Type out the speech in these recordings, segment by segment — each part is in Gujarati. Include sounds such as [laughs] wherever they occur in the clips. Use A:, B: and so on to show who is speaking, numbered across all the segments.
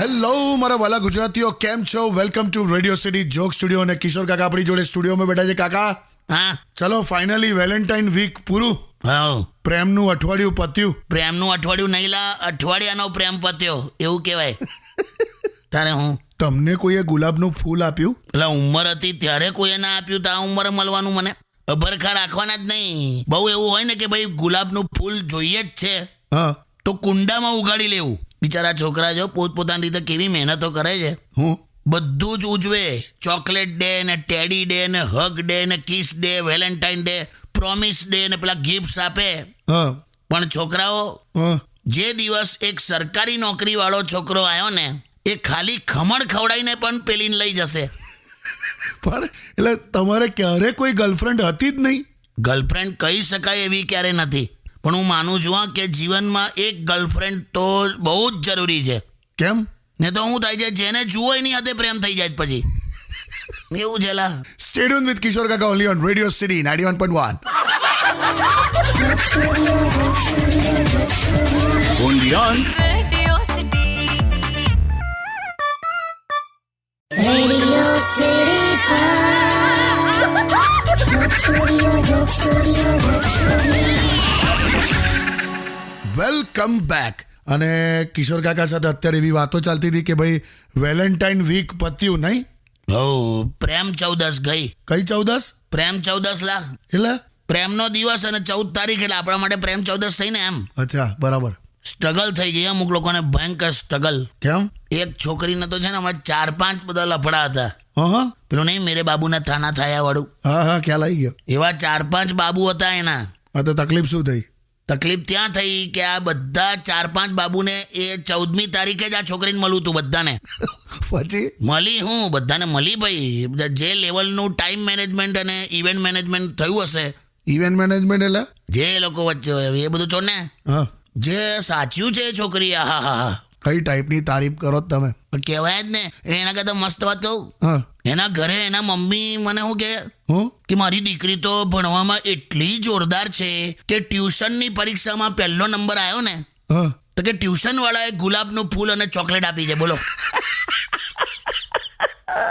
A: હેલો મારા વાલા ગુજરાતીઓ કેમ છો welcome to radio city joke studio અને કિશોર કાકા આપણી જોડે સ્ટુડિયોમાં બેઠા છે કાકા
B: હા
A: ચલો ફાઇનલી વેલેન્ટાઇન વીક પૂરું
B: હા
A: પ્રેમનું અઠવાડિયું પત્યું
B: પ્રેમનું અઠવાડિયું નહીં લા અઠવાડિયાનો પ્રેમ પત્યો એવું કહેવાય તારે હું
A: તમને કોઈએ ગુલાબનું ફૂલ આપ્યું
B: પેલા ઉંમર હતી ત્યારે કોઈએ ના આપ્યું તો આ ઉંમરે મળવાનું મને અભરખા રાખવાના જ નહીં બહુ એવું હોય ને કે ભાઈ ગુલાબનું ફૂલ જોઈએ જ છે
A: હા
B: તો કુંડામાં ઉગાડી લેવું બિચારા છોકરા જો પોતપોતાની રીતે કેવી મહેનતો કરે છે
A: હું
B: બધું જ ઉજવે ચોકલેટ ડે ને ટેડી ડે ને હગ ડે ને kiss day Valentine day promise day ને પેલા ગિફ્ટ્સ આપે
A: હા
B: પણ છોકરાઓ
A: હા
B: જે દિવસ એક સરકારી નોકરી વાળો છોકરો આવ્યો ને એ ખાલી ખમણ ખવડાવીને પણ પેલીને લઈ જશે
A: પણ એટલે તમારે ક્યારે કોઈ ગર્લફ્રેન્ડ હતી જ નહીં
B: ગર્લફ્રેન્ડ કહી શકાય એવી ક્યારે નથી પણ હું માનું છું હા કે જીવનમાં એક ગર્લફ્રેન્ડ તો બહુ જ જરૂરી છે
A: કેમ
B: ને તો હું થાય છે જેને જુઓ એની હાથે પ્રેમ થઈ જાય છે પછી એવું છે લા
A: સ્ટેડિયમ વિથ કિશોર કાકા only on radio city ninety one point one
C: Radio City.
D: Radio City Pod. Joke Studio, Joke Studio, Joke Studio.
A: Welcome back અને કિશોર કાકા સાથે અત્યારે એવી વાતો ચાલતી હતી કે ભાઈ વેલેન્ટાઇન વીક પત્યું નહીં
B: હો પ્રેમ ચૌદસ ગઈ
A: કઈ ચૌદસ
B: પ્રેમ ચૌદસ લા
A: એટલે
B: પ્રેમનો દિવસ અને ચૌદ તારીખ એટલે આપણા માટે પ્રેમ ચૌદસ થઈ ને એમ
A: અચ્છા બરાબર
B: સ્ટ્રગલ થઈ ગઈ અમુક લોકોને ભયંકર સ્ટ્રગલ
A: કેમ
B: એક છોકરીને તો છે ને હમણાં ચાર પાંચ બધા લફડા હતા
A: હા હા
B: પેલું નહીં મેરે બાબુના થાના થયા વાળું
A: હા હા ખ્યાલ આવી ગયો
B: એવા ચાર પાંચ બાબુ હતા એના
A: આ તો તકલીફ શું થઈ
B: તકલીફ ત્યાં થઈ કે આ બધા ચાર પાંચ બાબુને એ ચૌદમી તારીખે જ આ છોકરીને મળું હતું બધાને
A: પછી
B: મળી હું બધાને મળી ભાઈ બધા જે લેવલનું ટાઈમ મેનેજમેન્ટ અને ઇવેન્ટ મેનેજમેન્ટ થયું હશે
A: ઇવેન્ટ મેનેજમેન્ટ એટલે
B: જે લોકો વચ્ચે હોય, હવે એ બધું છોડ ને
A: હા
B: જે સાચ્યું છે એ છોકરી હા હા હા
A: કઈ ટાઈપની તારીફ કરો જ તમે
B: કહેવાય જ ને એના કરતાં મસ્ત વાત કહું
A: હા
B: એના ઘરે એના મમ્મી મને શું કે
A: હું
B: કે મારી દીકરી તો ભણવામાં એટલી જોરદાર છે કે ટ્યુશનની પરીક્ષામાં પહેલો નંબર આવ્યો ને
A: હા
B: તો કે ટ્યુશન વાળાએ ગુલાબનું ફૂલ અને ચોકલેટ આપી છે બોલો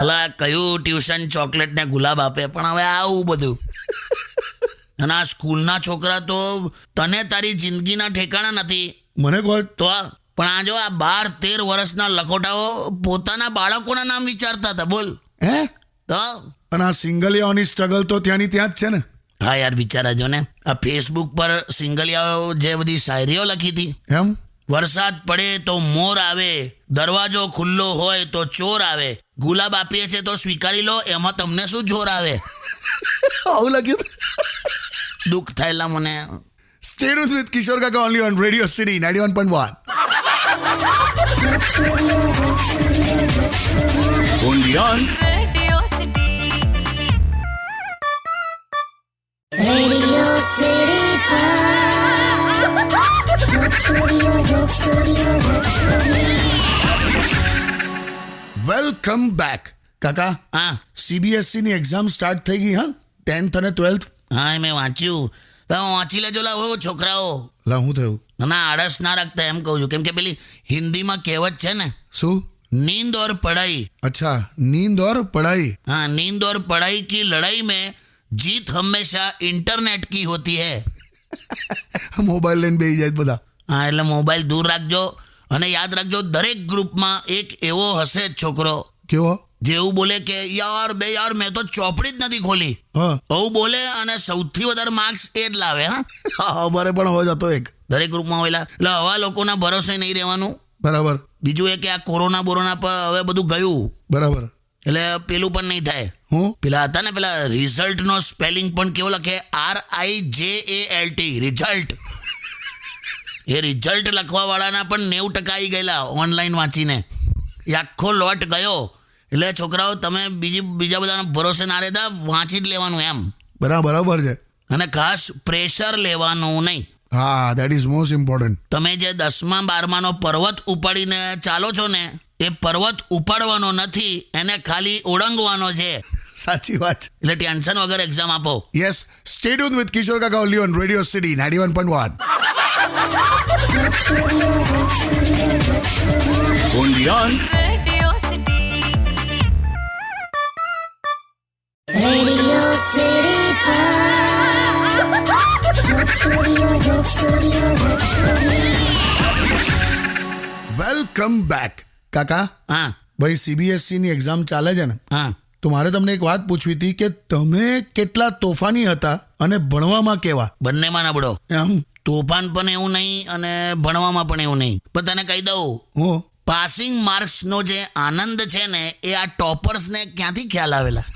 B: અલા કયું ટ્યુશન ચોકલેટ ને ગુલાબ આપે પણ હવે આવું બધું અને આ સ્કૂલના છોકરા તો તને તારી જિંદગીના ઠેકાણા નથી
A: મને કહો
B: તો આ- પણ આ જો આ બાર તેર વર્ષના લખોટાઓ પોતાના બાળકોના નામ વિચારતા હતા બોલ
A: હે
B: તો
A: અને આ સિંગલિયાઓની સ્ટ્રગલ તો ત્યાંની ત્યાં જ છે ને
B: હા યાર વિચારા જો ને આ ફેસબુક પર સિંગલિયાઓ જે બધી શાયરીઓ લખી હતી
A: એમ
B: વરસાદ પડે તો મોર આવે દરવાજો ખુલ્લો હોય તો ચોર આવે ગુલાબ આપીએ છે તો સ્વીકારી લો એમાં તમને શું જોર આવે
A: આવું લાગ્યું
B: દુઃખ થયેલા મને
A: સ્ટેડિયમ વિથ કિશોર કાકા only on radio city ninety one point one
C: Radio City.
D: Radio City Pod. Joke Studio, Joke Studio, Joke Studio.
A: Welcome back કાકા
B: હા
A: સીબીએસસી E ની એક્ઝામ સ્ટાર્ટ થઈ ગઈ હા ટેન્થ અને ટ્વેલ્થ
B: હા એ મેં વાંચ્યું તો વાંચી લેજો લા હો છોકરાઓ
A: લા હું થયું
B: ના આળસ ના રાખતા એમ કહું છું કેમ કે પેલી હિન્દીમાં કહેવત છે ને
A: શું
B: નીંદ ઓર પઢાઈ
A: અચ્છા નીંદ ઓર પઢાઈ
B: हाँ नींद और पढ़ाई की लड़ाई में जीत हमेशा इंटरनेट की होती है
A: મોબાઈલ લઈને બેસી જાય બધા
B: હા એટલે મોબાઈલ દૂર રાખજો અને યાદ રાખજો દરેક ગ્રુપમાં એક એવો હશે જ છોકરો
A: કેવો
B: જેવું બોલે કે યાર બે યાર મેં તો ચોપડી જ નથી ખોલી
A: હા
B: આવું બોલે અને સૌથી વધારે માર્ક્સ એ જ લાવે હા
A: હા, અમારે પણ હોય જતો એક
B: દરેક ગ્રુપમાં હોયલા એટલે આવા લોકોના ભરોસે નહીં રહેવાનું
A: બરાબર
B: બીજું એ કે આ કોરોના બોરોના પર હવે બધું ગયું
A: બરાબર
B: એટલે પેલું પણ નહીં થાય
A: હું
B: પેલા હતા ને પેલા રિઝલ્ટનો સ્પેલિંગ પણ કેવો લખે R I J A L T result એ રિઝલ્ટ લખવાવાળાના પણ નેવું ટકા આવી ગયેલા ઓનલાઈન વાંચીને એ આખો લોટ ગયો એટલે છોકરાઓ તમે બીજી બીજા બધાના ભરોસે ના રહેતા વાંચી જ લેવાનું એમ
A: બરાબર બરાબર છે
B: અને ખાસ પ્રેશર લેવાનું નહીં
A: હા દેટ ઇઝ મોસ્ટ ઇમ્પોર્ટન્ટ
B: તમે જે દસમા બારમાનો પર્વત ઉપાડીને ચાલો છો ને એ પર્વત ઉપાડવાનો નથી એને ખાલી ઓળંગવાનો છે
A: સાચી વાત
B: એટલે ટેન્શન વગર એક્ઝામ આપો
A: યસ સ્ટેડિયમ વિથ કિશોર કાકા only on radio city ninety one point one
D: Radio City Pod. Dope Studio, Dope Studio, Dope Studio.
A: Welcome back કાકા
B: હા
A: ભાઈ સીબીએસસી E ની એક્ઝામ ચાલે છે ને
B: હા
A: તો મારે તમને એક વાત પૂછવી હતી કે તમે કેટલા તોફાની હતા અને ભણવામાં કેવા
B: બંનેમાં નબળો
A: એમ
B: તોફાન પણ એવું નહીં અને ભણવામાં પણ એવું નહીં પણ તને કહી દઉં
A: હું
B: પાસિંગ માર્ક્સનો જે આનંદ છે ને એ આ ટોપર્સને ક્યાંથી ખ્યાલ આવેલા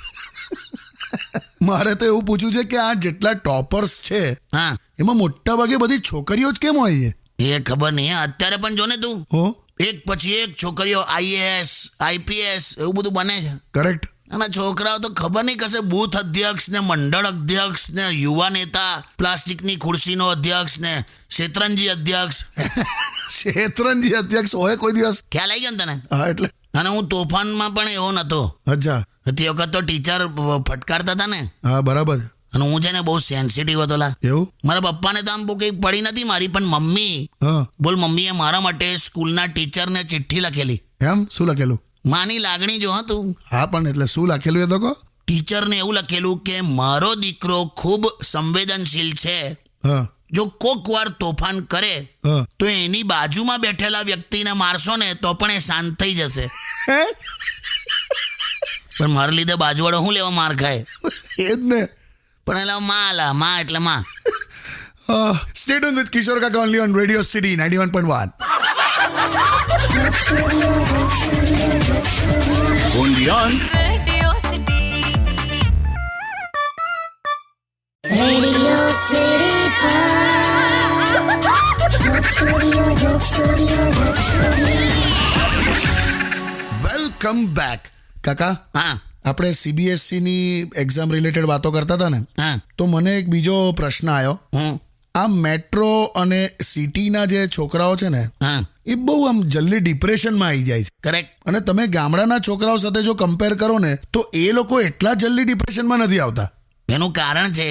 A: મારે તો એવું પૂછ્યું છે કે આ જેટલા ટોપર્સ છે
B: હા
A: એમાં મોટા ભાગે બધી છોકરીઓ જ કેમ હોય છે
B: એ ખબર નહીં અત્યારે પણ જો ને તું
A: હો
B: એક પછી એક છોકરીઓ આઈએએસ આઈપીએસ એવું બધું બને છે
A: કરેક્ટ
B: અને છોકરાઓ તો ખબર નહીં કશે બૂથ અધ્યક્ષ ને મંડળ અધ્યક્ષ ને યુવા નેતા પ્લાસ્ટિકની ખુરશીનો અધ્યક્ષ ને શેતરંજી અધ્યક્ષ
A: શેતરંજી અધ્યક્ષ હોય કોઈ દિવસ
B: ખ્યાલ આવી ગયો ને તને
A: હા એટલે
B: અને હું તોફાનમાં પણ એવો નહોતો
A: અચ્છા
B: તે વખત તો ટીચર ફટકારતા હતા ને
A: હા બરાબર
B: અને હું છે ને બહુ સેન્સિટિવ હતો લા
A: એવું
B: મારા પપ્પાને તો આમ બહુ કંઈ પડી નથી મારી પણ મમ્મી
A: હા
B: બોલ મમ્મીએ મારા માટે સ્કૂલના ટીચરને ચિઠ્ઠી લખેલી
A: એમ શું લખેલું
B: માની લાગણી જો હા તું
A: હા પણ એટલે શું લખેલું એ તો કહો
B: ટીચરને એવું લખેલું કે મારો દીકરો ખૂબ સંવેદનશીલ છે
A: હા
B: જો કોક વાર તોફાન કરે
A: હા
B: તો એની બાજુમાં બેઠેલા વ્યક્તિને મારશો ને તો પણ એ શાંત થઈ જશે પણ મારા લીધે બાજુવાળો હું લેવા માર ખાય
A: એ જ ને
B: પણ એલા માં આલા માં એટલે માં
A: સ્ટેટ વિથ કિશોર કાકા only on radio city ninety one point one
D: Radio City Pod. Dope Studio, Dope Studio, Dope Studio.
A: Welcome back કાકા
B: હા
A: આપણે સીબીએસસી E ની એક્ઝામ રિલેટેડ વાતો કરતા હતા ને
B: E હા
A: તો મને એક બીજો પ્રશ્ન આવ્યો
B: હું
A: આ મેટ્રો અને સિટીના જે છોકરાઓ છે ને
B: હા
A: એ બહુ આમ જલ્દી ડિપ્રેશનમાં આવી જાય છે
B: કરેક્ટ
A: અને તમે ગામડાના છોકરાઓ સાથે જો કમ્પેર કરો ને તો એ લોકો એટલા જલ્દી ડિપ્રેશનમાં નથી આવતા
B: એનું કારણ છે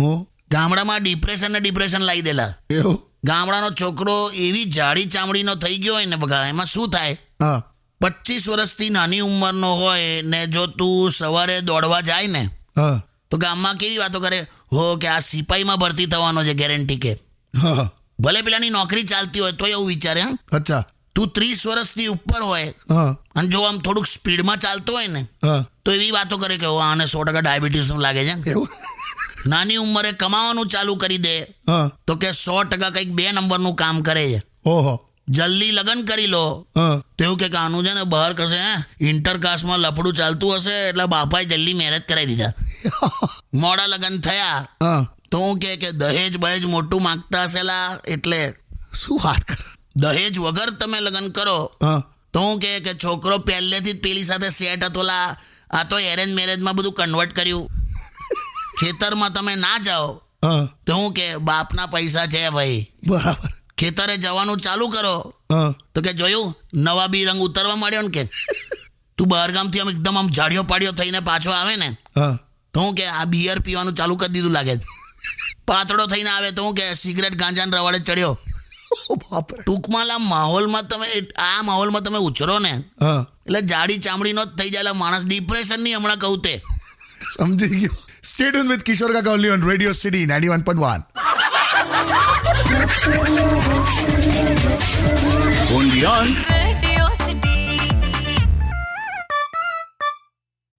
A: હું
B: ગામડામાં ડિપ્રેશન ને ડિપ્રેશન લાવી દેલા
A: એવું
B: ગામડાનો છોકરો એવી જાડી ચામડીનો થઈ ગયો હોય ને બગા એમાં શું થાય
A: હા
B: પચીસ વર્ષથી નાની ઉંમરનો હોય ને જો તું સવારે દોડવા જાય ને
A: હા
B: તો ગામમાં કેવી વાતો કરે હો કે આ સિપાહીમાં ભરતી થવાનો છે ગેરંટી કે
A: હા
B: ભલે પેલાની નોકરી ચાલતી હોય તો એવું વિચારે હા
A: અચ્છા
B: તું ત્રીસ વર્ષથી ઉપર હોય
A: હા
B: અને જો આમ થોડુંક સ્પીડમાં ચાલતો હોય ને
A: હા
B: તો એવી વાતો કરે કે હો આને સો ટકા ડાયાબિટીસનું લાગે છે
A: એવું
B: નાની ઉંમરે કમાવાનું ચાલુ કરી દે
A: હા
B: તો કે સો ટકા કંઈક બે નંબરનું કામ કરે છે
A: ઓહો
B: જલ્દી લગ્ન કરી લો
A: હા
B: તો એવું કે કે આનું છે ને બહાર કશે ઇન્ટરકાસ્ટમાં લફડું ચાલતું હશે એટલે બાપાએ જલ્દી મેરેજ કરાવી દીધા મોડા લગ્ન થયા
A: હા
B: તો હું કે કે દહેજ બહેજ મોટું માગતા હશેલા એટલે
A: શું વાત કર
B: દહેજ વગર તમે લગ્ન કરો
A: હા
B: તો હું કે કે છોકરો પહેલેથી જ પેલી સાથે સેટ હતો લા આ તો એરેન્જ મેરેજમાં બધું કન્વર્ટ કર્યું ખેતરમાં તમે ના જાઓ
A: હા
B: તો હું કે બાપના પૈસા છે ભાઈ
A: બરાબર
B: ખેતરે જવાનું ચાલુ કરો
A: હા
B: તો કે જોયું નવાબી રંગ ઉતરવા માંડ્યો ને કે તું બહારગામથી આમ એકદમ આમ ઝાડિયો પાડ્યો થઈને પાછો આવે ને
A: હા
B: તો હું કે આ બિયર પીવાનું ચાલુ કરી દીધું લાગે છે પાતળો થઈને આવે તો હું કે સિગરેટ ગાંજાને રવાડે ચડ્યો
A: ઓ બાપ રે
B: ટૂંકમાં લા માહોલમાં તમે આ માહોલમાં તમે ઉછરો ને
A: હા
B: એટલે જાડી ચામડીનો જ થઈ જાય લા માણસ ડિપ્રેશનની હમણાં કહું તે
A: સમજી ગયો સ્ટેટ વિથ કિશોર કાકા only on radio city ninety one point one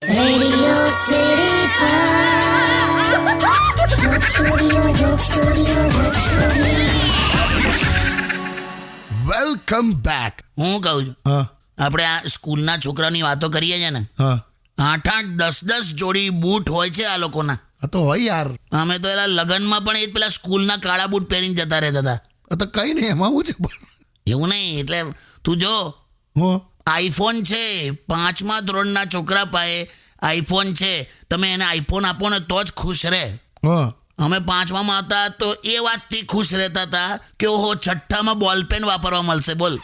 D: Radio City Pod. Dope Studio, Dope Studio, Dope Studio.
A: Welcome back
B: હું કહું છું
A: હા
B: આપણે આ સ્કૂલના છોકરાની વાતો કરીએ છે ને
A: હા
B: આઠ આઠ દસ દસ જોડી બૂટ હોય છે આ લોકોના
A: આ તો હોય યાર
B: અમે તો એલા લગ્નમાં પણ એ જ પેલા સ્કૂલના કાળા બૂટ પહેરીને જતા રહેતા હતા
A: આ તો કઈ નહીં એમાં હું છે પણ
B: એવું નહીં એટલે તું જો
A: હું
B: આઈફોન છે પાંચમા ધોરણના છોકરા પાસે આઈફોન છે તમે એને આઈફોન આપો ને તો જ ખુશ રહે
A: હા
B: અમે પાંચમામાં હતા તો એ વાતથી ખુશ રહેતા હતા કે ઓહો છઠ્ઠામાં બોલપેન વાપરવા મળશે બોલ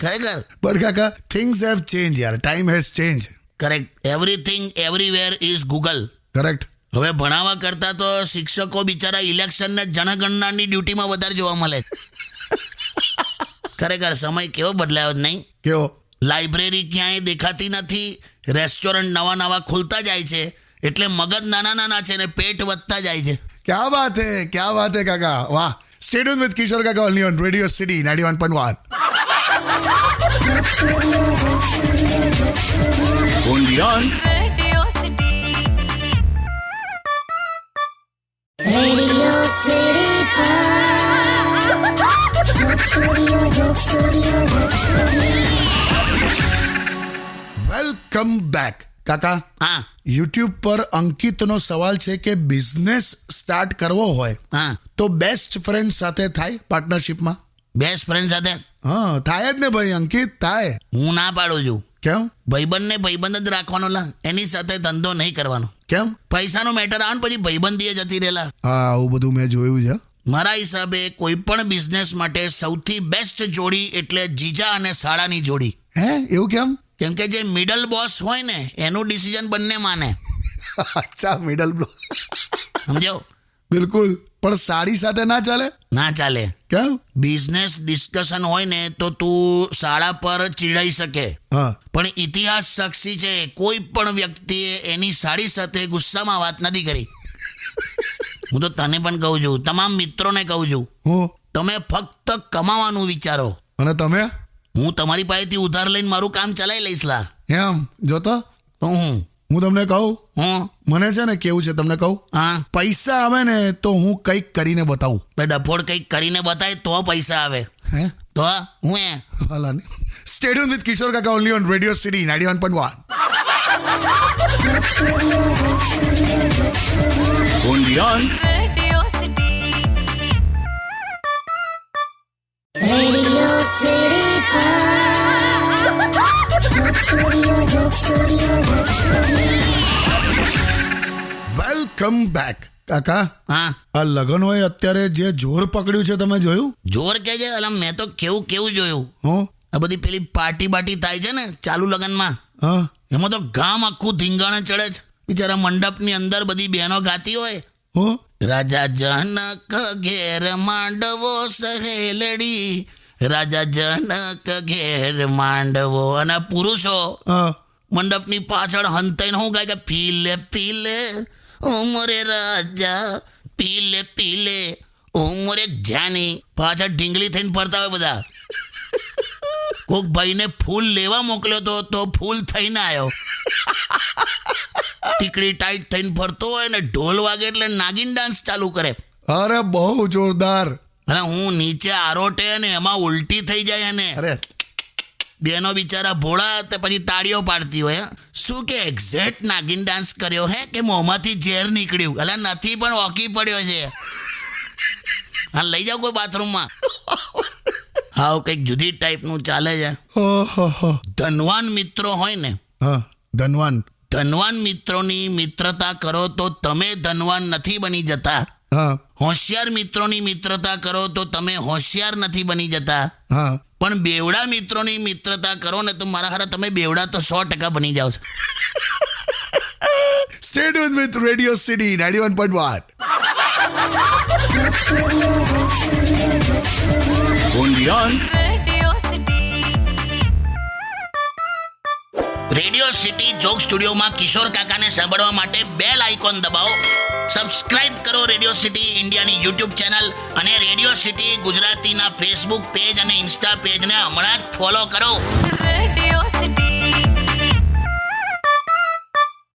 B: ખરેખર
A: પણ કાકા થિંગ્સ હેવ ચેન્જ યાર time has change
B: correct everything everywhere is Google
A: correct
B: હવે ભણાવવા કરતાં તો શિક્ષકો બિચારા ઇલેક્શનને જનગણનાની ડ્યુટીમાં વધારે જોવા મળે છે. ખરેખર સમય કેવો બદલાયો જ નહીં
A: કેવો
B: લાઇબ્રેરી ક્યાંય દેખાતી નથી રેસ્ટોરન્ટ નવા નવા ખુલતા જાય છે એટલે મગજ નાના નાના છે ને પેટ વધતા જાય છે
A: ક્યાં વાત હે ક્યાં વાત હે કાકા વાહ સ્ટેડિયમ વિથ કિશોર કાકા only on radio city ninety one point one
C: Radio City.
D: Radio City Pod. Dope Studio, Dope Studio, Dope Studio.
A: Welcome back કાકા
B: હા
A: યુટ્યુબ પર અંકિતનો સવાલ છે કે બિઝનેસ સ્ટાર્ટ કરવો હોય
B: હા
A: તો બેસ્ટ ફ્રેન્ડ સાથે થાય પાર્ટનરશિપમાં
B: બેસ્ટ ફ્રેન્ડ સાથે
A: હા થાય જ ને ભાઈ અંકિત થાય
B: હું ના પાડું છું
A: કેમ
B: ભાઈબંધને ભાઈબંધ જ રાખવાનો લા એની સાથે ધંધો નહીં કરવાનો
A: કેમ
B: પૈસાનો મેટર આવે ને પછી ભાઈબંધીએ જતી રહેલા
A: હા આવું બધું મેં જોયું છે
B: મારા હિસાબે કોઈ પણ બિઝનેસ માટે સૌથી બેસ્ટ જોડી એટલે જીજા અને શાળાની જોડી
A: હે એવું કેમ [laughs]
B: કેમ કે જે મિડલ બોસ હોય ને એનું ડિસિઝન બંને માને
A: અચ્છા મિડલ બ્લો
B: સમજો
A: બિલકુલ પણ સાડી સાથે ના ચાલે
B: ના ચાલે
A: કેમ
B: બિઝનેસ ડિસ્કશન હોય ને તો તું શાળા પર ચીડાઈ શકે
A: હા
B: પણ ઇતિહાસ સાક્ષી છે કોઈ પણ વ્યક્તિએ એની સાડી સાથે ગુસ્સામાં વાત નથી કરી હું તો તને પણ કહું છું તમામ મિત્રોને કહું છું
A: હું
B: તમે ફક્ત કમાવાનું વિચારો
A: અને તમે
B: હું તમારી પાસેથી ઉધાર લઈને મારું કામ ચલાવી લઈશ લા
A: એમ જોતો
B: તો હું
A: હું તમને કહું
B: હું
A: મને છે ને કેવું છે તમને કહું
B: હા
A: પૈસા આવે ને તો હું કંઈક કરીને બતાવું
B: બે ડફોડ કંઈક કરીને બતાય તો પૈસા આવે
A: હે
B: તો હું એ
A: હાલાની સ્ટેડિયમ વિથ કિશોર કાકા only on radio city ninety one point one
C: Radio City.
D: Radio City Pod. Dope Studio, Dope Studio, Dope Studio.
A: Welcome back કાકા
B: હા
A: આ લગન હોય અત્યારે જે જોર પકડ્યું છે તમે જોયું
B: જોર કે છે અલા મેં તો કેવું કેવું જોયું
A: હું
B: આ બધી પેલી પાર્ટી બાટી થાય છે ને ચાલુ લગ્નમાં
A: હા
B: એમાં તો ગામ આખું ધીંગાણે ચડે છે બિચારા મંડપની અંદર બધી બહેનો ગાતી હોય
A: હું
B: રાજા જનક ઘેર માંડવો સહેલડી રાજા જનક ઘેર માંડવો અને પુરુષો
A: હા
B: મંડપની પાછળ હંતાઈને હું ગાય કે પીલે પીલે ઉમરે રાજા પીલે પીલે ઉમરે જાની પાછળ ઢીંગલી થઈને ફરતા હોય બધા કોક ભાઈને ફૂલ લેવા મોકલ્યો તો તો ફૂલ થઈને આવ્યો ટીકડી ટાઈટ થઈને ફરતો હોય ને ઢોલ વાગે એટલે નાગિન ડાન્સ ચાલુ કરે
A: અરે બહુ જોરદાર
B: અને હું નીચે આરોટે અને એમાં ઉલટી થઈ જાય અને
A: અરે
B: બેનો બિચારા ભોળા તે પછી તાળીઓ પાડતી હોય હે. શું કે એક્ઝેક્ટ નાગિન ડાન્સ કર્યો હે કે મોંમાંથી ઝેર નીકળ્યું અલા નથી પણ ઓકી પડ્યો છે હા લઈ જાઓ કોઈ બાથરૂમમાં હાવ કંઈક જુદી ટાઈપનું ચાલે છે
A: ઓહો હો
B: ધનવાન મિત્રો હોય ને
A: હા ધનવાન
B: ધનવાન મિત્રોની મિત્રતા કરો તો તમે ધનવાન નથી બની જતા
A: હા
B: હોશિયાર મિત્રોની મિત્રતા કરો તો તમે હોશિયાર નથી બની જતા
A: હા
B: પણ બેવડા મિત્રોની મિત્રતા કરો ને તો મારા હારા તમે બેવડા તો સો ટકા બની જાઓ છો
A: stadium with radio city ninety one point one
C: Radio City.
B: Radio city joke સ્ટુડિયોમાં કિશોર કાકાને સાંભળવા માટે બેલ આઇકોન દબાવો સબસ્ક્રાઇબ કરો રેડિયો સિટી ઇન્ડિયાની યુટ્યુબ ચેનલ અને રેડિયો સિટી ગુજરાતીના ફેસબુક પેજ અને ઇન્સ્ટા પેજને હમણાં જ ફોલો કરો
C: Radio